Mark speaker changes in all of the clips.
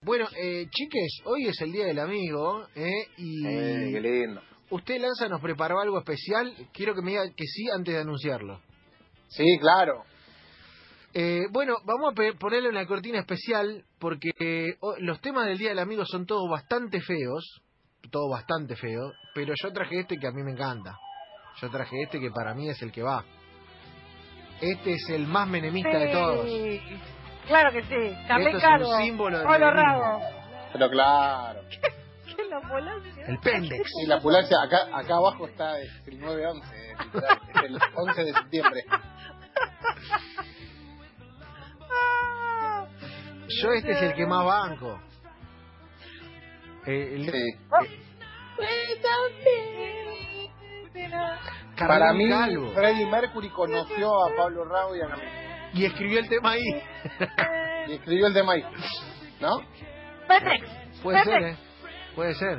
Speaker 1: Bueno, eh, chiques, hoy es el Día del Amigo, ¿eh? Y
Speaker 2: Eh, qué lindo.
Speaker 1: usted, Lanza, nos preparó algo especial. Quiero que me diga que sí antes de anunciarlo.
Speaker 2: Sí, claro.
Speaker 1: Eh, bueno, vamos a pe- ponerle una cortina especial porque eh, o- los temas del Día del Amigo son todos bastante feos, todo bastante feo, pero yo traje este que a mí me encanta. Yo traje este que para mí es el que va. Este es el más menemista de todos.
Speaker 3: Sí. Claro que sí. Café
Speaker 1: Esto es
Speaker 3: caro.
Speaker 1: un símbolo del
Speaker 3: Olo
Speaker 1: peronismo.
Speaker 3: rabo.
Speaker 2: Pero claro.
Speaker 3: ¿Qué es la ambulancia?
Speaker 1: El Pendex.
Speaker 2: Y la ambulancia, acá, acá abajo está es el 9-11, literal, es el 11 de septiembre.
Speaker 3: Ah.
Speaker 1: Yo este es el que más banco. Eh, el-
Speaker 2: Sí.
Speaker 3: Ah.
Speaker 1: Carmen
Speaker 2: Para mí,
Speaker 1: Calvo.
Speaker 2: Freddie Mercury conoció a Pablo Rago y a mí.
Speaker 1: Y escribió el tema ahí.
Speaker 2: Y escribió el de Mike. ¿No?
Speaker 3: Pendex.
Speaker 1: Puede ser,
Speaker 3: Pendex.
Speaker 1: ¿eh? Puede ser.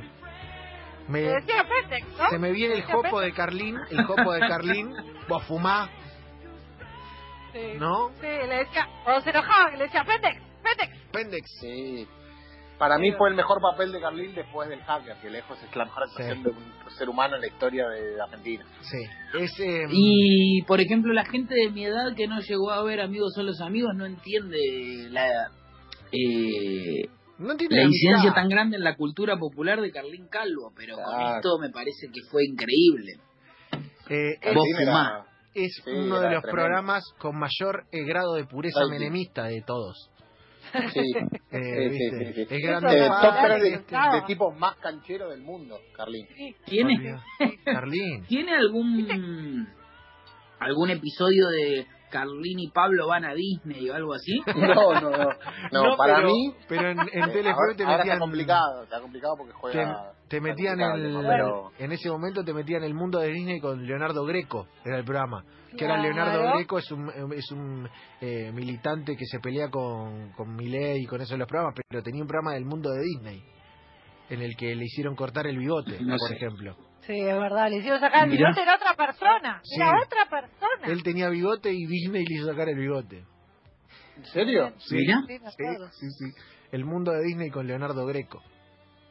Speaker 1: Me-
Speaker 3: Te decía Pendex, ¿no?
Speaker 1: Eh, se me viene el
Speaker 3: Decía
Speaker 1: jopo de Carlín, el jopo de Carlín. Vos fumá.
Speaker 3: Pendex. Sí.
Speaker 1: ¿no?
Speaker 3: Sí, le decía. O se enojaba, que le decía Pendex. Pendex.
Speaker 1: Pendex.
Speaker 2: Sí. Para mí fue el mejor papel de Carlín después del hacker, que lejos es la mejor actuación
Speaker 1: Sí.
Speaker 2: de un ser humano en la historia de Argentina.
Speaker 1: Sí. Es, eh,
Speaker 4: Y, por ejemplo, la gente de mi edad que no llegó a ver Amigos son los amigos no entiende la, eh,
Speaker 1: no tiene
Speaker 4: la
Speaker 1: amistad.
Speaker 4: incidencia tan grande en la cultura popular de Carlín Calvo, pero
Speaker 2: Claro.
Speaker 4: con esto me parece que fue increíble.
Speaker 1: Eh, es
Speaker 4: Vos
Speaker 2: Carlín era-
Speaker 4: fumá.
Speaker 1: es
Speaker 2: Sí,
Speaker 1: uno de
Speaker 2: era
Speaker 1: los
Speaker 2: tremendo.
Speaker 1: programas con mayor eh, grado de pureza
Speaker 2: Ay, sí.
Speaker 1: menemista de todos.
Speaker 2: Sí.
Speaker 1: Eh, ¿viste?
Speaker 2: Sí, sí, sí, sí.
Speaker 1: Es
Speaker 3: Eso
Speaker 1: grande.
Speaker 2: Eh,
Speaker 3: Ah,
Speaker 2: top
Speaker 3: sí,
Speaker 2: tres de,
Speaker 3: sí, claro.
Speaker 2: de tipos más cancheros del mundo, Carlín.
Speaker 3: Sí.
Speaker 4: ¿Tiene,
Speaker 1: Carlín.
Speaker 4: ¿tiene algún, algún episodio de Carlín y Pablo van a Disney o algo así?
Speaker 2: No, no, no. No, para
Speaker 1: pero-
Speaker 2: mí.
Speaker 1: Pero en, en
Speaker 2: eh,
Speaker 1: Telefe
Speaker 2: ahora,
Speaker 1: te
Speaker 2: ahora está
Speaker 1: metían.
Speaker 2: complicado, está complicado porque
Speaker 1: Te,
Speaker 2: juega.
Speaker 1: te metían
Speaker 2: complicado,
Speaker 1: el,
Speaker 2: pero-
Speaker 1: en ese momento te metían el mundo de Disney con Leonardo Greco era el programa que era
Speaker 3: Claro.
Speaker 1: Leonardo Greco es un es un eh, militante que se pelea con con Milei y con eso en los programas pero tenía un programa del mundo de Disney en el que le hicieron cortar el bigote
Speaker 4: No
Speaker 1: por
Speaker 4: sé.
Speaker 1: ejemplo
Speaker 3: Sí, es verdad, le hicieron sacar el
Speaker 4: Mirá.
Speaker 3: bigote era otra persona.
Speaker 1: Sí.
Speaker 3: Era otra persona.
Speaker 1: él tenía bigote y Disney le hizo sacar el bigote
Speaker 2: ¿En serio?
Speaker 1: Sí.
Speaker 4: Mirá.
Speaker 3: Sí, me
Speaker 1: Sí,
Speaker 3: acuerdo.
Speaker 1: sí, sí. el mundo de Disney con Leonardo Greco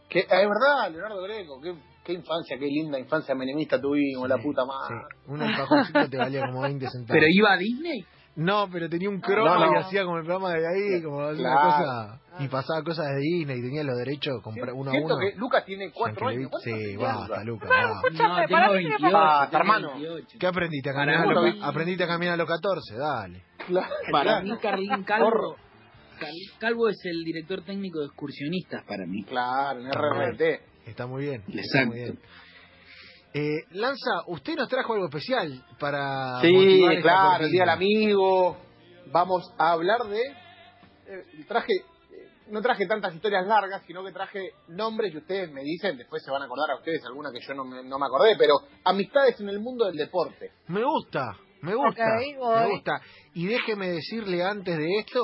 Speaker 2: Que, ah, es verdad, Leonardo Greco, qué, qué infancia, qué linda infancia menemista tuvimos, la
Speaker 1: Sí,
Speaker 2: puta madre.
Speaker 1: sí. un empajoncito te valía como 20 centavos
Speaker 4: ¿Pero iba a Disney?
Speaker 1: No, pero tenía un croma
Speaker 2: No, no.
Speaker 1: y hacía como el programa de ahí, como alguna
Speaker 2: Claro.
Speaker 1: cosa. Y pasaba cosas de Disney y tenía los derechos de comprar uno a
Speaker 2: Ah. Siento
Speaker 1: uno.
Speaker 2: que Lucas tiene cuatro
Speaker 1: Tranquilidad.
Speaker 2: años. ¿cuántos
Speaker 1: Sí,
Speaker 2: años
Speaker 1: basta,
Speaker 2: tiene
Speaker 1: Lucas.
Speaker 3: Claro,
Speaker 1: basta.
Speaker 3: escúchame, pará
Speaker 4: No, tengo
Speaker 3: que tiene
Speaker 4: 28.
Speaker 2: Ah,
Speaker 4: tengo
Speaker 2: hermano.
Speaker 4: 28.
Speaker 1: ¿Qué aprendiste a
Speaker 4: Para
Speaker 1: caminar? a
Speaker 2: uno,
Speaker 1: los-
Speaker 2: ¿viste?
Speaker 1: aprendiste a caminar a los 14, dale.
Speaker 2: Claro,
Speaker 4: Para
Speaker 2: claro.
Speaker 4: mí, Carlín Calvo, Carlín Calvo es el director técnico de excursionistas para mí.
Speaker 2: Claro, en RRT.
Speaker 1: Está muy bien. Está
Speaker 4: Exacto.
Speaker 1: muy bien. Eh, Lanza, usted nos trajo algo especial para.
Speaker 2: Sí,
Speaker 1: motivar esta
Speaker 2: claro, el
Speaker 1: cortina.
Speaker 2: Día del Amigo. Vamos a hablar de... eh, traje... eh, No traje tantas historias largas, sino que traje nombres y ustedes me dicen, después se van a acordar a ustedes alguna que yo no me, no me acordé, pero amistades en el mundo del deporte.
Speaker 1: Me gusta, me gusta.
Speaker 3: Ok, voy.
Speaker 1: me gusta. Y déjeme decirle antes de esto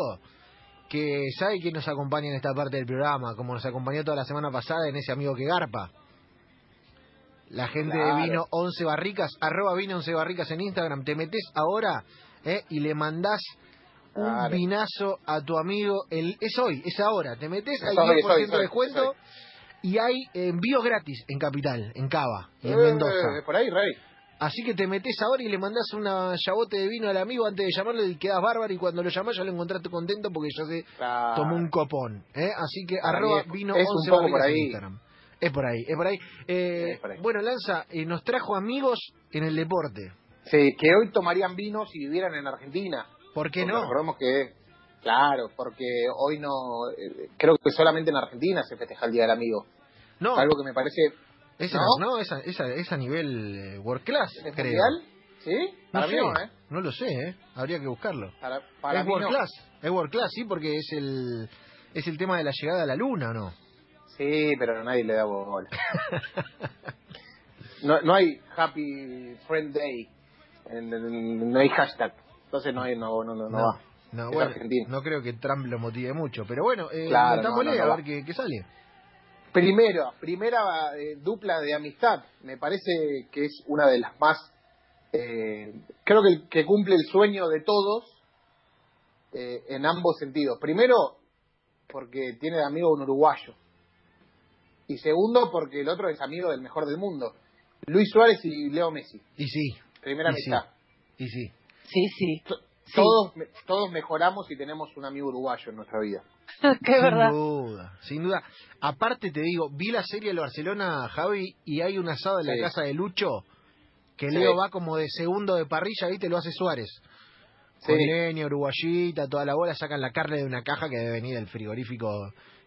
Speaker 1: que sabe quién nos acompaña en esta parte del programa, como nos acompañó toda la semana pasada en ese amigo que garpa. La gente
Speaker 2: Claro.
Speaker 1: de Vino 11 Barricas, arroba Vino 11 Barricas en Instagram, te metes ahora eh, y le mandás un
Speaker 2: Claro.
Speaker 1: vinazo a tu amigo. El, es hoy, es ahora. Te metes, hay
Speaker 2: Es hoy,
Speaker 1: 10%
Speaker 2: es hoy, es
Speaker 1: de
Speaker 2: hoy, es
Speaker 1: descuento
Speaker 2: hoy.
Speaker 1: y hay envíos gratis en Capital, en Cava y en
Speaker 2: Eh,
Speaker 1: Mendoza.
Speaker 2: por ahí, Rey.
Speaker 1: Así que te metes ahora y le mandás una llabote de vino al amigo antes de llamarlo y quedás bárbaro y cuando lo llamás ya lo encontraste contento porque ya se
Speaker 2: Claro.
Speaker 1: tomó un copón. ¿eh? Así que
Speaker 2: Ah. Para
Speaker 1: arroba
Speaker 2: mí es-
Speaker 1: vino
Speaker 2: es un
Speaker 1: 11
Speaker 2: poco
Speaker 1: barrigas
Speaker 2: por
Speaker 1: en
Speaker 2: ahí.
Speaker 1: Instagram. Es por ahí, es por ahí. Eh,
Speaker 2: Es por ahí.
Speaker 1: Bueno, Lanza, eh, nos trajo amigos en el deporte.
Speaker 2: Sí, que hoy tomarían vino si vivieran en Argentina.
Speaker 1: ¿Por qué
Speaker 2: Porque
Speaker 1: no?
Speaker 2: Recordemos que, claro, porque hoy no, eh, creo que solamente en Argentina se festeja el Día del Amigo.
Speaker 1: No,
Speaker 2: Algo que me parece...
Speaker 1: esa
Speaker 2: ¿no?
Speaker 1: no, esa, esa, esa a nivel eh, world class,
Speaker 2: ¿Es
Speaker 1: creo.
Speaker 2: mundial? ¿Sí?
Speaker 1: No,
Speaker 2: Para mí
Speaker 1: sé,
Speaker 2: no, ¿eh?
Speaker 1: no lo sé, ¿eh? habría que buscarlo.
Speaker 2: Para, para
Speaker 1: es
Speaker 2: mí
Speaker 1: world
Speaker 2: no.
Speaker 1: class, es world class, sí, porque es el, es el tema de la llegada a la luna, ¿o no?
Speaker 2: Sí, pero nadie le da bola. no, no hay Happy Friend Day. en- en- no hay hashtag. Entonces no, hay, no, no, no, no va.
Speaker 1: No,
Speaker 2: Es
Speaker 1: bueno,
Speaker 2: argentino.
Speaker 1: no creo que Trump lo motive mucho, pero bueno, eh,
Speaker 2: Claro,
Speaker 1: metámosle
Speaker 2: no, no, no
Speaker 1: a
Speaker 2: va.
Speaker 1: ver qué, qué sale.
Speaker 2: Primero, primera eh, dupla de amistad. Me parece que es una de las más. eh, creo que, el que cumple el sueño de todos eh, en ambos sentidos. Primero, porque tiene de amigo un uruguayo. Y segundo, porque el otro es amigo del mejor del mundo. Luis Suárez y Leo Messi.
Speaker 1: Y sí,
Speaker 2: Primera
Speaker 1: Y sí.
Speaker 2: amistad.
Speaker 1: y sí.
Speaker 4: Sí, sí. Sí.
Speaker 2: Todos, me- todos mejoramos y tenemos un amigo uruguayo en nuestra vida.
Speaker 3: que es verdad.
Speaker 1: Sin duda, sin duda. Aparte te digo, vi la serie del Barcelona, Javi, y hay un asado en
Speaker 2: Sí.
Speaker 1: la casa de Lucho que
Speaker 2: Sí.
Speaker 1: Leo va como de segundo de parrilla, ¿viste? Lo hace Suárez.
Speaker 2: Sí.
Speaker 1: Con leña, uruguayita, toda la bola, sacan la carne de una caja que debe venir del frigorífico,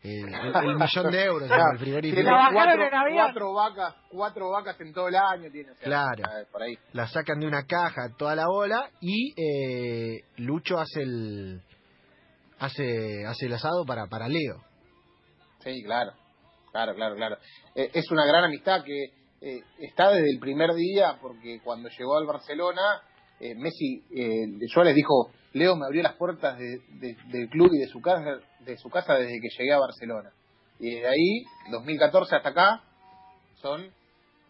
Speaker 1: eh, el, el millón de euros
Speaker 2: Claro.
Speaker 1: saca el frigorífico.
Speaker 2: Tiene
Speaker 3: Trabajaron en
Speaker 2: cuatro,
Speaker 3: avión.
Speaker 2: cuatro vacas, cuatro vacas en todo el año tiene. o sea,
Speaker 1: Claro.
Speaker 2: eh, Por ahí.
Speaker 1: La sacan de una caja, toda la bola, y eh, Lucho hace el hace hace el asado para para Leo.
Speaker 2: Sí, claro. Claro, claro, claro. Eh, es una gran amistad que eh, está desde el primer día, porque cuando llegó al Barcelona, eh, Messi, eh, yo les dijo, Leo me abrió las puertas de- de- del club y de su casa de su casa desde que llegué a Barcelona. Y desde ahí, 2014 hasta acá, son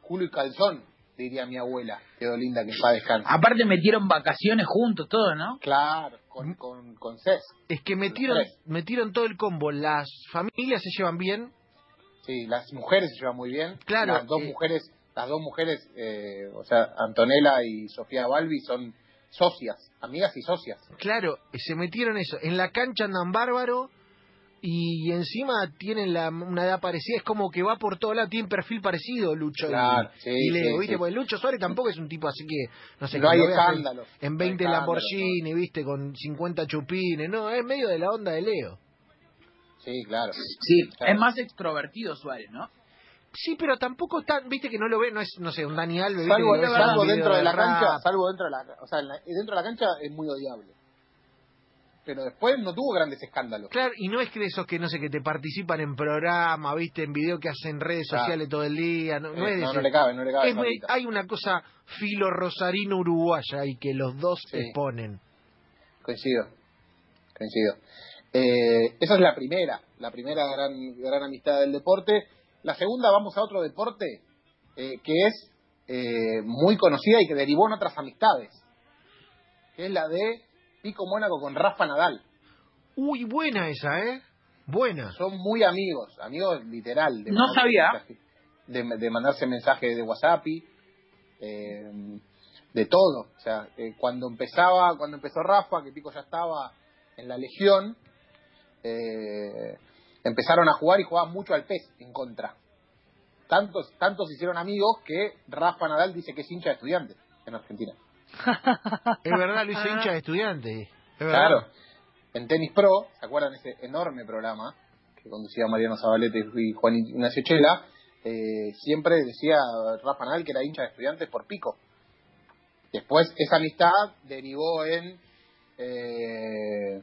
Speaker 2: culo y calzón, diría mi abuela. Quedó linda que va a descansar.
Speaker 4: Aparte metieron vacaciones juntos, todo, ¿no?
Speaker 2: Claro, con, con, con Cesc.
Speaker 1: Es que metieron,
Speaker 2: Tres.
Speaker 1: metieron todo el combo, las familias se llevan bien,
Speaker 2: Sí, las mujeres se llevan muy bien.
Speaker 1: Claro,
Speaker 2: Las dos
Speaker 1: eh.
Speaker 2: mujeres, las dos mujeres, eh, o sea, Antonella y Sofía Balbi son socias, amigas y socias.
Speaker 1: Claro, se metieron eso. En la cancha andan bárbaro y encima tienen la, una edad parecida. Es como que va por todo lado, tiene perfil parecido Lucho y-
Speaker 2: Claro, sí,
Speaker 1: y Leo,
Speaker 2: sí,
Speaker 1: ¿viste?
Speaker 2: sí.
Speaker 1: Porque Lucho Suárez tampoco es un tipo así que, no sé,
Speaker 2: no
Speaker 1: que
Speaker 2: hay
Speaker 1: lo veas en-
Speaker 2: escándalos.
Speaker 1: En
Speaker 2: no hay
Speaker 1: 20
Speaker 2: escándalos,
Speaker 1: Lamborghini, ¿viste? Con 50 chupines. No, es medio de la onda de Leo.
Speaker 2: no. Sí, claro.
Speaker 4: Sí.
Speaker 2: Claro.
Speaker 4: Es más extrovertido Suárez, ¿no?
Speaker 1: Sí, pero tampoco está, ¿viste? Que no lo ve, no es, no sé, un Dani Alves. ¿viste?
Speaker 2: Salvo,
Speaker 1: Que lo ves
Speaker 2: salvo
Speaker 1: en un
Speaker 2: dentro
Speaker 1: video
Speaker 2: de la
Speaker 1: rap.
Speaker 2: cancha, salvo dentro de la, o sea, en la- dentro de la cancha es muy odiable. Pero después no tuvo grandes escándalos.
Speaker 1: Claro, y no es que de esos que no sé, que te participan en programa, viste, en video que hacen redes
Speaker 2: Claro.
Speaker 1: sociales todo el día, no, no
Speaker 2: Eh,
Speaker 1: es de
Speaker 2: no,
Speaker 1: ese
Speaker 2: no le cabe, no le cabe.
Speaker 1: Es muy-
Speaker 2: Pablito.
Speaker 1: hay una cosa filo rosarino uruguaya y que los dos
Speaker 2: Sí.
Speaker 1: exponen.
Speaker 2: Coincido, coincido. Eh, esa es la primera, la primera gran, gran amistad del deporte. La segunda, vamos a otro deporte eh, que es eh, muy conocida y que derivó en otras amistades, que es la de Pico Mónaco con Rafa Nadal.
Speaker 1: Uy, buena esa, ¿eh? Buena.
Speaker 2: Son muy amigos, amigos literal.
Speaker 4: No
Speaker 2: mandarse
Speaker 4: sabía.
Speaker 2: mensaje- de, de mandarse mensajes de WhatsApp, eh, de todo. O sea, eh, cuando empezaba, cuando empezó Rafa, que Pico ya estaba en la Legión, eh, empezaron a jugar y jugaban mucho al PES en contra. Tantos, tantos hicieron amigos que Rafa Nadal dice que es hincha de estudiantes en Argentina.
Speaker 1: Es verdad, Luis hizo hincha de estudiante. Es verdad.
Speaker 2: Claro. En Tenis Pro, ¿se acuerdan ese enorme programa que conducía Mariano Zabalete y Juan Ignacio Chela? Eh, siempre decía Rafa Nadal que era hincha de estudiantes por pico. Después esa amistad derivó en, eh,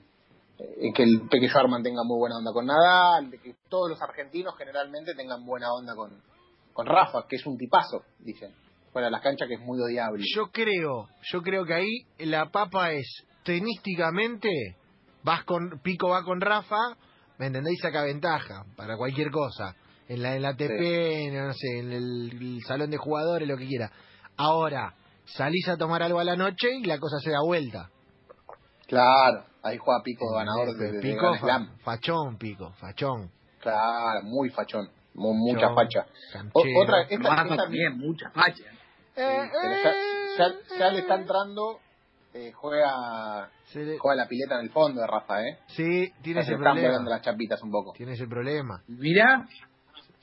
Speaker 2: en que el Peque Arman tenga muy buena onda con Nadal, de que todos los argentinos generalmente tengan buena onda con, con Rafa, que es un tipazo, dicen. Fuera de las canchas que es muy odiable.
Speaker 1: Yo creo, yo creo que ahí la papa es tenísticamente vas con Pico va con Rafa, ¿me entendéis? Saca ventaja para cualquier cosa. En la, en la ATP, en, no sé, en el, el salón de jugadores, lo que quiera. Ahora, salís a tomar algo a la noche y la cosa se da vuelta.
Speaker 2: Claro, ahí juega Pico ganador de, de- de
Speaker 1: Este, Pico,
Speaker 2: Grand Slam.
Speaker 1: fa- fachón, Pico, fachón.
Speaker 2: Claro, muy fachón. mu- mucha
Speaker 1: Fachón,
Speaker 2: facha. O-
Speaker 1: canchero.
Speaker 2: otra, esta,
Speaker 4: Rafa
Speaker 2: esta-
Speaker 4: también, mucha facha.
Speaker 2: eh, pero ya, ya- ya le está entrando, eh, juega,
Speaker 1: Se le-
Speaker 2: juega la pileta en el fondo de Rafa, ¿eh.
Speaker 1: Sí, tiene
Speaker 2: Ya
Speaker 1: ese
Speaker 2: se le están volando
Speaker 1: problema.
Speaker 2: las chapitas un poco.
Speaker 1: Tiene ese problema.
Speaker 4: Mirá,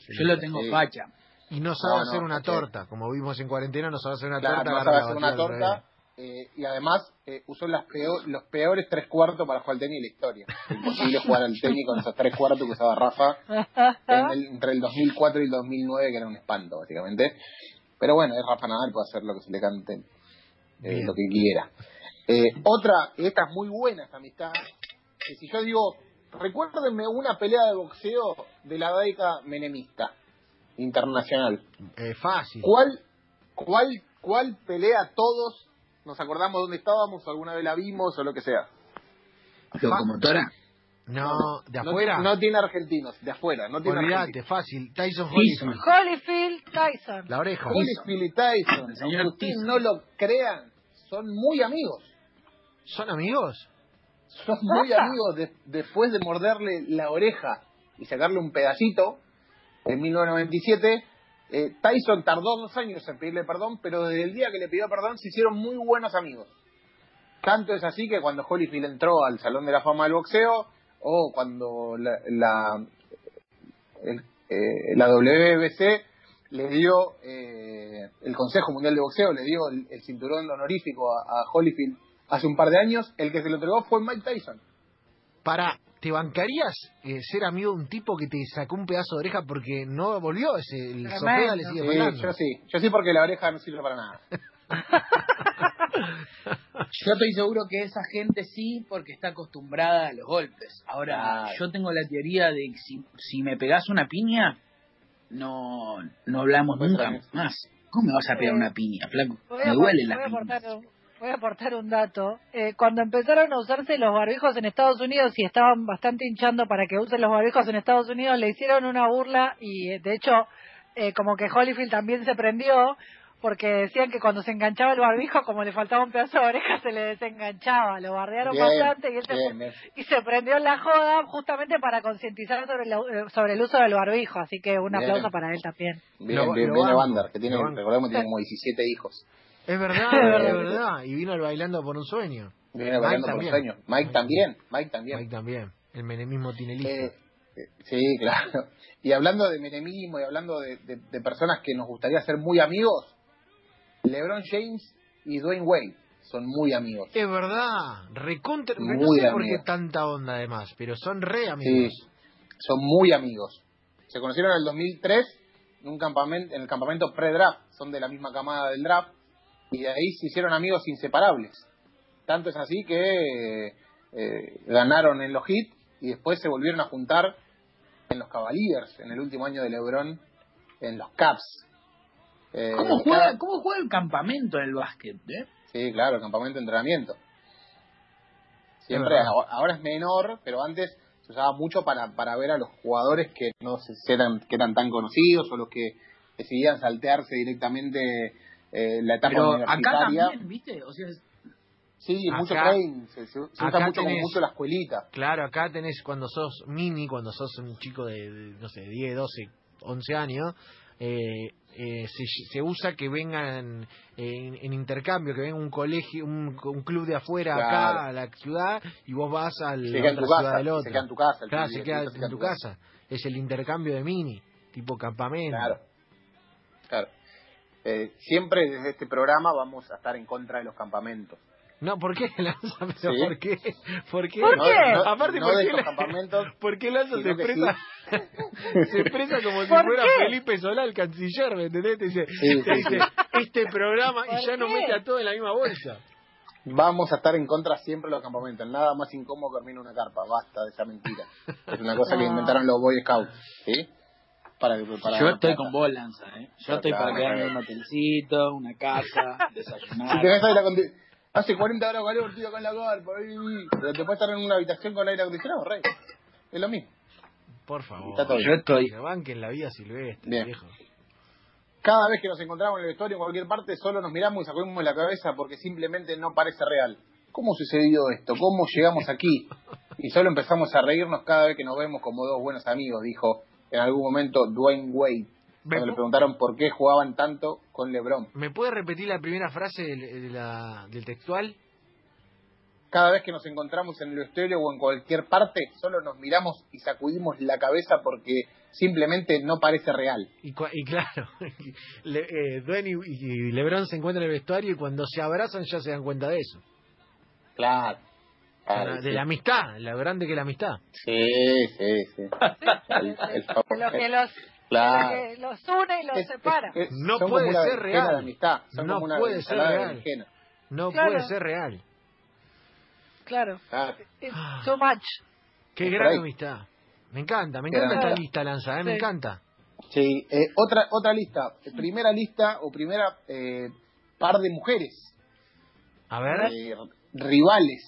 Speaker 4: yo lo tengo
Speaker 2: Sí.
Speaker 4: facha.
Speaker 1: Y no sabe
Speaker 2: No, no,
Speaker 1: hacer una
Speaker 2: fachero.
Speaker 1: torta. Como vimos en cuarentena, no sabe hacer una
Speaker 2: Claro,
Speaker 1: torta.
Speaker 2: no
Speaker 1: agarra
Speaker 2: sabe
Speaker 1: la
Speaker 2: hacer una
Speaker 1: batida al
Speaker 2: torta. eh, y además eh, usó las peo- los peores tres cuartos para jugar al tenis de la historia. Imposible jugar al tenis con esos tres cuartos que usaba Rafa en el- entre el 2004 y el 2009, que era un espanto, básicamente. Pero bueno, es Rafa Nadal, puede hacer lo que se le cante eh,
Speaker 1: Bien.
Speaker 2: lo que quiera. Eh, otra, estas muy buenas amistades, que si yo digo, recuérdenme una pelea de boxeo de la década menemista internacional.
Speaker 1: revés. Eh, fácil.
Speaker 2: ¿Cuál, cuál, cuál pelea todos nos acordamos dónde estábamos, o alguna vez la vimos o lo que sea?
Speaker 4: Locomotora.
Speaker 1: No, de
Speaker 2: No-
Speaker 1: afuera.
Speaker 2: No, tiene argentinos, de afuera, no tiene
Speaker 1: Olvídate,
Speaker 2: argentinos.
Speaker 1: fácil. Tyson
Speaker 4: Tyson.
Speaker 1: Holyfield.
Speaker 3: Holyfield Tyson.
Speaker 1: La oreja.
Speaker 2: Holyfield y Tyson,
Speaker 4: El señor
Speaker 2: aunque ustedes
Speaker 4: Tyson.
Speaker 2: no lo crean, son muy amigos.
Speaker 1: ¿Son amigos?
Speaker 2: sos muy
Speaker 3: Basta.
Speaker 2: amigo de- después de morderle la oreja y sacarle un pedacito, en 1997, eh, Tyson tardó dos años en pedirle perdón, pero desde el día que le pidió perdón se hicieron muy buenos amigos. Tanto es así que cuando Holyfield entró al Salón de la Fama del Boxeo, o cuando la, la, el- eh, la WBC le dio, eh, el Consejo Mundial de Boxeo le dio el, el cinturón honorífico a, a Holyfield hace un par de años, el que se lo entregó fue Mike Tyson.
Speaker 1: Para, ¿te bancarías eh, ser amigo de un tipo que te sacó un pedazo de oreja porque no volvió? Ese, el
Speaker 3: Tremendo.
Speaker 1: sopeda le sigue
Speaker 2: Sí,
Speaker 1: pegando.
Speaker 2: yo sí, yo sí porque la oreja no sirve para nada.
Speaker 4: Yo estoy seguro que esa gente sí, porque está acostumbrada a los golpes. Ahora,
Speaker 2: Claro.
Speaker 4: yo tengo la teoría de que si, si me pegas una piña, no, no hablamos
Speaker 2: Pues,
Speaker 4: nunca
Speaker 2: también.
Speaker 4: más. ¿Cómo me vas a pegar
Speaker 3: Eh,
Speaker 4: una piña, flaco?
Speaker 3: Voy a,
Speaker 4: Me duele
Speaker 3: voy
Speaker 4: la
Speaker 3: a
Speaker 4: piña.
Speaker 3: aportar un, voy a aportar un dato. Eh, cuando empezaron a usarse los barbijos en Estados Unidos y estaban bastante hinchando para que usen los barbijos en Estados Unidos, le hicieron una burla y eh, de hecho eh, como que Holyfield también se prendió porque decían que cuando se enganchaba el barbijo, como le faltaba un pedazo de oreja, se le desenganchaba. Lo bardearon
Speaker 2: Bien,
Speaker 3: bastante y él se,
Speaker 2: bien, bien.
Speaker 3: y se prendió en la joda justamente para concientizar sobre, la- eh, sobre el uso del barbijo. Así que un
Speaker 2: Bien.
Speaker 3: aplauso para él también.
Speaker 2: Bien,
Speaker 1: Lo-
Speaker 2: bien,
Speaker 1: lo
Speaker 2: bien,
Speaker 1: banco,
Speaker 2: Evander, que tiene,
Speaker 1: lo banco.
Speaker 2: recordemos que tiene como 17 hijos.
Speaker 1: Es verdad,
Speaker 2: Eh,
Speaker 1: es verdad. Y vino al bailando por un sueño.
Speaker 2: Viene bailando por
Speaker 1: también.
Speaker 2: sueño. Mike
Speaker 1: Mike
Speaker 2: también, Mike también.
Speaker 1: Mike también. El menemismo tiene
Speaker 2: Eh,
Speaker 1: lista.
Speaker 2: eh, sí, claro. Y hablando de menemismo y hablando de, de- de personas que nos gustaría ser muy amigos, LeBron James y Dwayne Wade son muy amigos.
Speaker 1: Es verdad. Recontra. pero No
Speaker 2: Muy
Speaker 1: sé por qué
Speaker 2: amigo.
Speaker 1: tanta onda además, pero son re
Speaker 2: Sí,
Speaker 1: amigos.
Speaker 2: son muy amigos. Se conocieron en el 2003 en, un campamento, en el campamento pre-draft. Son de la misma camada del draft. Y de ahí se hicieron amigos inseparables. Tanto es así que eh, eh, ganaron en los hits y después se volvieron a juntar en los Cavaliers en el último año de LeBron en los Caps. Eh,
Speaker 4: ¿Cómo juega,
Speaker 2: cada-
Speaker 4: ¿Cómo juega el campamento en el básquet? eh?
Speaker 2: Sí, claro, el campamento de entrenamiento. Siempre,
Speaker 1: Es verdad.
Speaker 2: aho- ahora es menor, pero antes se usaba mucho para, para ver a los jugadores que no se, se eran, que eran tan conocidos o los que decidían saltearse directamente eh, la etapa
Speaker 4: Pero acá
Speaker 2: universitaria.
Speaker 4: también, ¿viste? O sea, es-
Speaker 2: sí, mucho
Speaker 1: Acá-
Speaker 2: training, se, se- se usa
Speaker 1: acá
Speaker 2: mucho como
Speaker 1: tenés-
Speaker 2: mucho la escuelita.
Speaker 1: Claro, acá tenés cuando sos mini, cuando sos un chico de, de, no sé, 10, 12, 11 años, eh, eh, se, se usa que vengan eh, en, en intercambio, que venga un colegio, un, un club de afuera
Speaker 2: Claro.
Speaker 1: acá a la ciudad y vos vas a
Speaker 2: Se
Speaker 1: la
Speaker 2: queda en tu
Speaker 1: otra ciudad
Speaker 2: casa,
Speaker 1: del
Speaker 2: se
Speaker 1: otro.
Speaker 2: queda en tu casa. el
Speaker 1: claro,
Speaker 2: pibe,
Speaker 1: se
Speaker 2: el
Speaker 1: queda
Speaker 2: pibe
Speaker 1: en tu casa. Es el intercambio de mini, tipo campamento.
Speaker 2: Claro. claro. Eh, siempre desde este programa vamos a estar en contra de los campamentos.
Speaker 1: No, ¿por qué, Lanza? Pero
Speaker 2: Sí.
Speaker 1: ¿por qué? ¿Por qué?
Speaker 3: ¿Por
Speaker 2: No-
Speaker 3: qué?
Speaker 2: no-
Speaker 1: Aparte,
Speaker 2: no
Speaker 1: ¿por
Speaker 2: de
Speaker 1: qué
Speaker 2: estos
Speaker 1: la-
Speaker 2: campamentos
Speaker 1: ¿Por qué Lanza
Speaker 2: Sino
Speaker 1: se
Speaker 2: que
Speaker 1: expresa, se expresa como si
Speaker 3: ¿Por
Speaker 1: fuera
Speaker 3: qué?
Speaker 1: Felipe Solá, el canciller, ¿me entendés? Te dice,
Speaker 2: Sí,
Speaker 1: te
Speaker 2: sí, sí.
Speaker 1: dice, este programa y
Speaker 3: ¿Por
Speaker 1: ya no
Speaker 3: qué?
Speaker 1: mete a todo en la misma bolsa.
Speaker 2: Vamos a estar en contra siempre de los campamentos. Nada más incómodo que dormir en una carpa. Basta de esa mentira. Es una cosa que
Speaker 3: Ah.
Speaker 2: inventaron los Boy Scouts. ¿Sí? Para, para
Speaker 4: yo estoy con vos, Lanza, ¿eh? Yo
Speaker 2: Pero
Speaker 4: estoy
Speaker 2: claro,
Speaker 4: para quedarme en
Speaker 2: claro.
Speaker 4: un hotelcito, una casa, desayunar.
Speaker 2: Si tenés aire acondicionado. Hace 40 horas calor, tío, con la carpa. baby. Pero te puedes estar en una habitación con aire acondicionado, rey. Es lo mismo.
Speaker 1: Por favor.
Speaker 2: Está todo bien.
Speaker 4: Yo estoy
Speaker 1: Que banquen la vida silvestre,
Speaker 2: Bien.
Speaker 1: viejo.
Speaker 2: Cada vez que nos encontramos en el vestuario en cualquier parte, solo nos miramos y sacudimos la cabeza porque simplemente no parece real. ¿Cómo sucedió esto? ¿Cómo llegamos aquí? Y solo empezamos a reírnos cada vez que nos vemos como dos buenos amigos, dijo en algún momento Dwayne Wade.
Speaker 1: Me,
Speaker 2: Cuando le
Speaker 1: pu-
Speaker 2: preguntaron por qué jugaban tanto con LeBron.
Speaker 1: ¿me puede repetir la primera frase del, de la- del textual?
Speaker 2: Cada vez que nos encontramos en el vestuario o en cualquier parte, solo nos miramos y sacudimos la cabeza porque simplemente no parece real.
Speaker 1: Y, cua- y claro, le, eh, Dwayne y, y Lebron se encuentran en el vestuario y cuando se abrazan ya se dan cuenta de eso.
Speaker 2: Claro. Ah,
Speaker 1: de la amistad, la grande que la amistad.
Speaker 2: Sí, sí, sí. El- el favor-
Speaker 3: Lo que los,
Speaker 2: Claro.
Speaker 3: lo que los une y los
Speaker 2: Ah. Es-
Speaker 3: separa.
Speaker 2: es- es-
Speaker 1: No
Speaker 2: son
Speaker 1: puede
Speaker 2: como una
Speaker 1: ser
Speaker 2: berenjena
Speaker 1: real.
Speaker 2: de amistad. Son
Speaker 1: No
Speaker 2: como una
Speaker 1: puede
Speaker 2: ensalada
Speaker 1: ser
Speaker 2: de
Speaker 1: real.
Speaker 2: berenjena.
Speaker 1: No
Speaker 3: Claro.
Speaker 1: puede ser real.
Speaker 3: Claro.
Speaker 2: Claro.
Speaker 3: It's too much.
Speaker 1: Qué
Speaker 2: Es por
Speaker 1: gran
Speaker 2: ahí.
Speaker 1: amistad. Me encanta, me encanta
Speaker 2: Qué gran
Speaker 1: esta
Speaker 2: amistad.
Speaker 1: lista, Lanza, eh, me
Speaker 3: Sí.
Speaker 1: encanta.
Speaker 2: Sí, eh, otra, otra lista. eh, Primera lista o primera eh, par de mujeres.
Speaker 1: A ver,
Speaker 2: eh, rivales.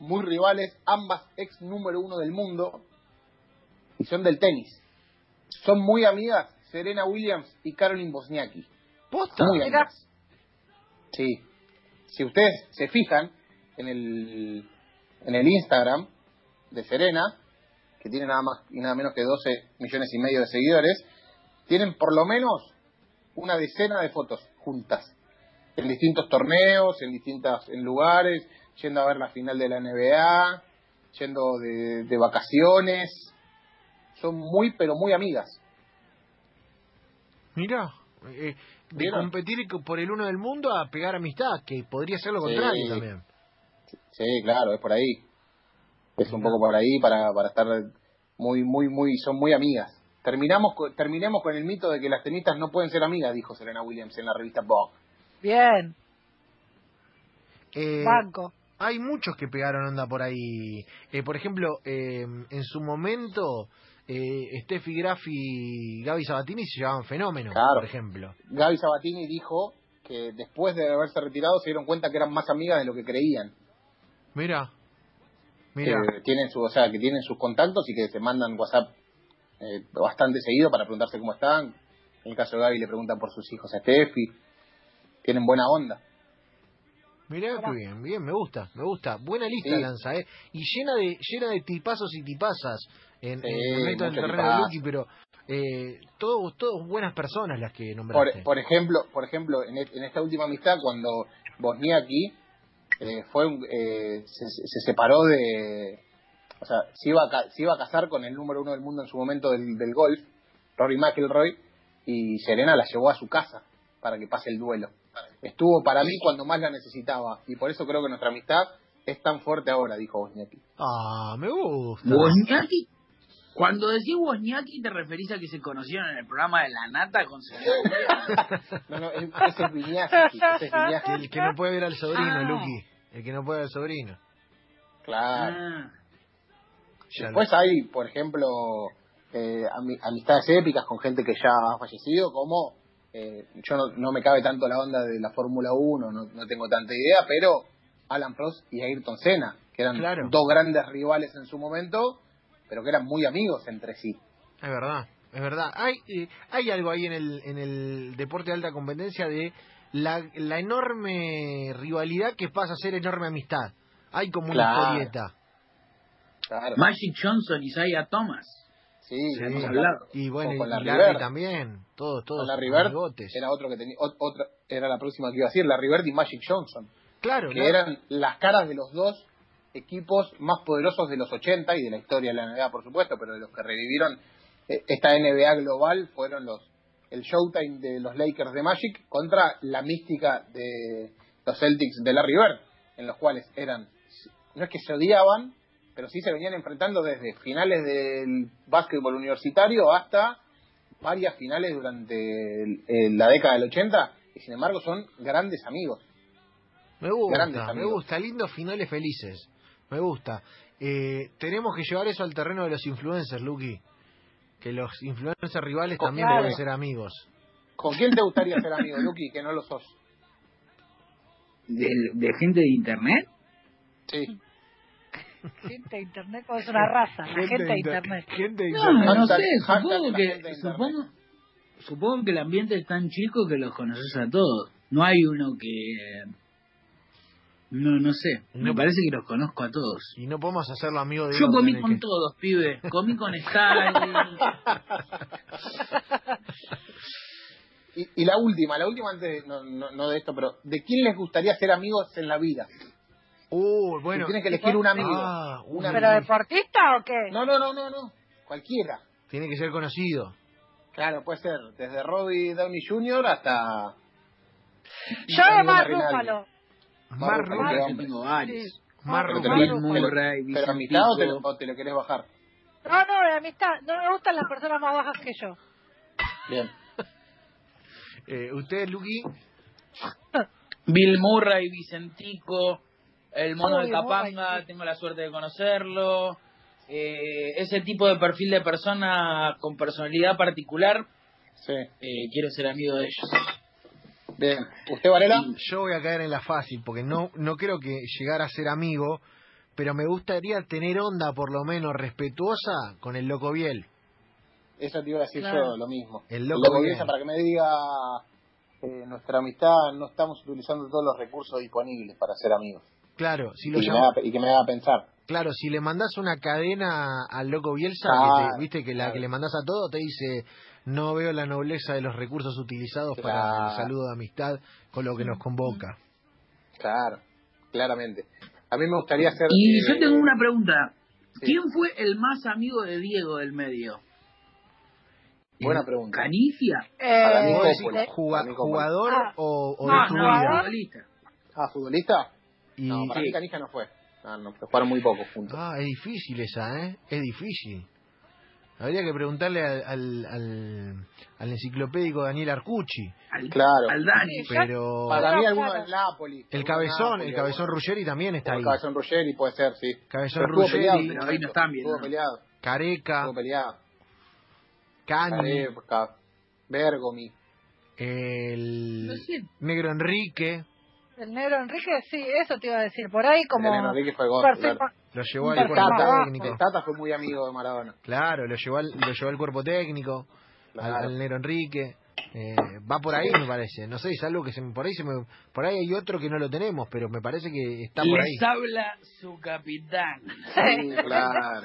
Speaker 2: Muy rivales. Ambas ex número uno del mundo. Y son del tenis. Son muy amigas Serena Williams y Caroline Bosniaki.
Speaker 1: posta.
Speaker 2: Muy
Speaker 3: Mira.
Speaker 2: amigas. Sí. Si ustedes se fijan en el en el Instagram de Serena, que tiene nada más y nada menos que 12 millones y medio de seguidores, tienen por lo menos una decena de fotos juntas en distintos torneos, en distintos en lugares, yendo a ver la final de la NBA, yendo de, de vacaciones. Son muy, pero muy amigas.
Speaker 1: Mira, eh, de
Speaker 2: Mira.
Speaker 1: competir co- por el uno del mundo a pegar amistad, que podría ser lo
Speaker 2: Sí.
Speaker 1: contrario también.
Speaker 2: Sí, claro, es por ahí. Es un poco por ahí para, para estar muy, muy, muy, son muy amigas. Terminamos con, terminemos con el mito de que las tenistas no pueden ser amigas, dijo Serena Williams en la revista Vogue.
Speaker 3: Bien,
Speaker 1: Eh,
Speaker 3: banco.
Speaker 1: hay muchos que pegaron onda por ahí. Eh, por ejemplo, eh, en su momento, eh, Steffi Graf y Gaby Sabatini se llevaban fenómeno,
Speaker 2: Claro.
Speaker 1: por ejemplo.
Speaker 2: Gaby Sabatini dijo que después de haberse retirado se dieron cuenta que eran más amigas de lo que creían.
Speaker 1: Mira, mira.
Speaker 2: que tienen su, o sea, que tienen sus contactos y que se mandan WhatsApp eh, bastante seguido para preguntarse cómo están. En el caso de Gaby le preguntan por sus hijos a Steffi. Tienen buena onda.
Speaker 1: Mirá qué bien, bien, me gusta, me gusta. Buena lista
Speaker 2: Sí.
Speaker 1: lanza, ¿eh? Y llena de llena de tipazos y tipazas en,
Speaker 2: Sí,
Speaker 1: en- en esto del
Speaker 2: mucho
Speaker 1: terreno de
Speaker 2: tipazo.
Speaker 1: Lucky, pero eh, todos, todos buenas personas las que nombraste.
Speaker 2: Por, por ejemplo, por ejemplo en, e- en esta última amistad, cuando Bosniaki eh, fue un- eh, se, se separó de. O sea, se iba, a, ca- se iba a casar con el número uno del mundo en su momento del, del golf, Rory McIlroy, y Serena la llevó a su casa para que pase el duelo. Estuvo para mí cuando más la necesitaba, y por eso creo que nuestra amistad es tan fuerte ahora, dijo Bosniaki.
Speaker 1: Ah, me gusta.
Speaker 4: Wozniacki. Cuando decís Wozniacki, te referís a que se conocieron en el programa de La Nata con su
Speaker 2: No, no, es- ese es Viñaki, ese es Viñaki.
Speaker 1: El que no puede ver al sobrino,
Speaker 4: Ah.
Speaker 1: Lucky. El que no puede ver al sobrino.
Speaker 2: Claro.
Speaker 4: Ah.
Speaker 1: Ya
Speaker 2: Después hay, por ejemplo, eh, ami- amistades épicas con gente que ya ha fallecido, como eh, yo no, no me cabe tanto la onda de la Fórmula 1, no, no tengo tanta idea, pero Alan Prost y Ayrton Senna, que eran
Speaker 1: Claro.
Speaker 2: dos grandes rivales en su momento, pero que eran muy amigos entre sí.
Speaker 1: Es verdad, es verdad. Hay, eh, hay algo ahí en el, en el deporte de alta competencia de la, la enorme rivalidad que pasa a ser enorme amistad. Hay como una
Speaker 2: Claro.
Speaker 1: historieta.
Speaker 2: Claro.
Speaker 4: Magic Johnson y Isaiah Thomas.
Speaker 2: Sí,
Speaker 1: Sí.
Speaker 2: hemos
Speaker 4: Claro.
Speaker 2: hablado.
Speaker 1: Y bueno,
Speaker 2: O con
Speaker 1: y
Speaker 2: la
Speaker 1: Larry
Speaker 2: River.
Speaker 1: también. Todos, todos.
Speaker 2: Con la
Speaker 1: sus
Speaker 2: River
Speaker 1: amigotes.
Speaker 2: era otro que tenía, ot- otra- era la próxima que iba a decir, la River y Magic Johnson,
Speaker 1: Claro,
Speaker 2: que
Speaker 1: la-
Speaker 2: eran las caras de los dos equipos más poderosos de los 80 y de la historia de la NBA, por supuesto, pero de los que revivieron eh, esta NBA global fueron los el Showtime de los Lakers de Magic contra la mística de los Celtics de la River, en los cuales eran no es que se odiaban, pero sí se venían enfrentando desde finales del básquetbol universitario hasta varias finales durante el- el- la década del 80 y sin embargo son grandes amigos.
Speaker 1: me gusta,
Speaker 2: grandes
Speaker 1: me
Speaker 2: amigos.
Speaker 1: gusta. Lindos finales felices. Me gusta. Eh, tenemos que llevar eso al terreno de los influencers, Lucky. Que los influencers rivales
Speaker 2: Co-
Speaker 1: también
Speaker 3: claro.
Speaker 1: pueden ser amigos.
Speaker 2: ¿Con quién te gustaría ser amigo, Lucky, que no lo sos?
Speaker 4: ¿De, de gente de internet?
Speaker 2: Sí.
Speaker 3: Gente de internet, como es una raza, la gente de internet.
Speaker 1: Gente de
Speaker 4: No,
Speaker 1: internet.
Speaker 4: no,
Speaker 2: Hashtag-
Speaker 4: sé,
Speaker 2: hashtag
Speaker 4: supongo
Speaker 2: la gente
Speaker 4: que,
Speaker 2: de internet.
Speaker 4: supongo, supongo que el ambiente es tan chico que los conoces a todos. No hay uno que... No, no sé. Me
Speaker 1: No.
Speaker 4: parece que los conozco a todos.
Speaker 1: Y no podemos hacerlo amigo de
Speaker 4: Yo
Speaker 1: otro en
Speaker 4: comí
Speaker 1: el
Speaker 4: con
Speaker 1: que-
Speaker 4: todos, pibe. Comí con Stanley.
Speaker 2: Y, y la última, la última antes, de- no, no, no de esto, pero ¿de quién les gustaría ser amigos en la vida?
Speaker 1: Uh,
Speaker 2: Si
Speaker 1: bueno.
Speaker 2: tienen que elegir un amigo.
Speaker 1: Ah,
Speaker 2: un
Speaker 1: una-
Speaker 3: ¿Pero deportista o qué?
Speaker 2: No, no, no, no, no. Cualquiera.
Speaker 1: Tiene que ser conocido.
Speaker 2: Claro, puede ser desde Robbie Downey Jr. hasta...
Speaker 3: Yo de
Speaker 2: Mark
Speaker 3: Mar
Speaker 2: Rinaldi.
Speaker 3: Rúfalo.
Speaker 1: Mar
Speaker 2: Rúfalo,
Speaker 1: Rúfalo.
Speaker 2: creo.
Speaker 4: Yo tengo varios.
Speaker 3: Sí. Ah,
Speaker 1: Mar
Speaker 2: Pero te
Speaker 1: Rúfalo.
Speaker 2: lo-
Speaker 4: Bill Murray,
Speaker 2: pero- ¿Pero
Speaker 4: Vincent
Speaker 2: amistad o te, lo,
Speaker 4: Pico.
Speaker 2: o te lo querés bajar?
Speaker 3: No, no, de amistad. No me gustan las personas más bajas que yo.
Speaker 2: Bien.
Speaker 1: Eh, usted, Lucky,
Speaker 4: Bill Murray, Vicentico, el mono
Speaker 3: Ay,
Speaker 4: de
Speaker 3: Murray,
Speaker 4: Capanga,
Speaker 3: sí.
Speaker 4: tengo la suerte de conocerlo. Eh, ese tipo de perfil de persona con personalidad particular,
Speaker 2: Sí.
Speaker 4: eh, quiero ser amigo de ellos.
Speaker 2: Bien. ¿Usted, Varela?
Speaker 1: yo voy a caer en la fácil porque no, no creo que llegar a ser amigo, pero me gustaría tener onda por lo menos respetuosa con el loco Biel.
Speaker 2: Eso te iba a decir
Speaker 3: Claro.
Speaker 2: yo, lo mismo.
Speaker 1: El
Speaker 2: Lo
Speaker 1: loco
Speaker 2: que
Speaker 1: Biel.
Speaker 2: piensa para que me diga, eh, nuestra amistad no estamos utilizando todos los recursos disponibles para ser amigos.
Speaker 1: Claro, si lo
Speaker 2: y, que me
Speaker 1: llama-
Speaker 2: haga- y que me haga pensar.
Speaker 1: claro, si le mandás una cadena al loco Bielsa,
Speaker 2: Claro,
Speaker 1: que te- viste que la
Speaker 2: claro.
Speaker 1: que le mandás a todo te dice no veo la nobleza de los recursos utilizados para el
Speaker 2: Claro.
Speaker 1: saludo de amistad con lo que nos convoca.
Speaker 2: Claro, claramente. A mí me gustaría hacer.
Speaker 4: Y
Speaker 2: eh,
Speaker 4: yo tengo una pregunta.
Speaker 2: sí.
Speaker 4: ¿Quién fue el más amigo de Diego del medio?
Speaker 2: Buena pregunta.
Speaker 4: ¿Canifia?
Speaker 2: Para mí
Speaker 3: Eh,
Speaker 1: ¿Vos
Speaker 2: Coppola.
Speaker 1: decís
Speaker 3: eh,
Speaker 1: juga-
Speaker 2: Para mí Coppola.
Speaker 1: jugador
Speaker 3: Ah.
Speaker 1: o, o de
Speaker 4: Mm. No,
Speaker 1: tu
Speaker 4: no,
Speaker 1: vida?
Speaker 4: futbolista.
Speaker 2: Ah, futbolista.
Speaker 1: Y-
Speaker 2: No, para
Speaker 4: Sí.
Speaker 2: mí Canija no fue. No, no, pero jugaron muy poco juntos.
Speaker 1: Ah, es difícil esa, ¿eh? Es difícil. Habría que preguntarle al, al, al- al enciclopédico Daniel Arcucci,
Speaker 4: Al,
Speaker 2: Claro.
Speaker 4: al Dani.
Speaker 3: Sí.
Speaker 1: pero
Speaker 2: Para
Speaker 3: No,
Speaker 2: mí
Speaker 3: no,
Speaker 2: alguno
Speaker 3: claro.
Speaker 2: del Napoli.
Speaker 1: el
Speaker 2: alguno
Speaker 1: cabezón,
Speaker 2: del Napoli,
Speaker 1: el cabezón
Speaker 2: alguno.
Speaker 1: Ruggeri también está
Speaker 2: O
Speaker 1: ahí.
Speaker 2: El cabezón Ruggeri puede ser, sí.
Speaker 1: Cabezón
Speaker 2: Pero estuvo peleado,
Speaker 1: Ruggeri,
Speaker 4: pero ahí no están bien,
Speaker 2: Estuvo
Speaker 4: ¿no?
Speaker 2: peleado.
Speaker 1: Careca,
Speaker 2: Estuvo peleado.
Speaker 1: Cani,
Speaker 2: Careca, Bergomi.
Speaker 1: el
Speaker 4: No sé.
Speaker 1: negro Enrique,
Speaker 3: El negro Enrique, sí, eso te iba a decir. Por ahí como...
Speaker 2: Elena Enrique fue gol.
Speaker 3: perfil
Speaker 2: claro.
Speaker 3: más-
Speaker 1: lo llevó al
Speaker 3: Tata.
Speaker 1: cuerpo
Speaker 3: Tata.
Speaker 1: técnico.
Speaker 2: El Tata fue muy amigo de Maradona.
Speaker 1: Claro, lo llevó al, lo llevó al cuerpo técnico, al-
Speaker 2: Claro.
Speaker 1: al, negro Enrique. Eh, va por ahí, me parece. No sé, es algo que se, me- por ahí se me- por ahí hay otro que no lo tenemos, pero me parece que está por ahí.
Speaker 4: Les habla su capitán.
Speaker 2: Sí, claro.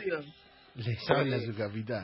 Speaker 1: Les
Speaker 2: habla
Speaker 1: habla
Speaker 2: su
Speaker 1: su capitán.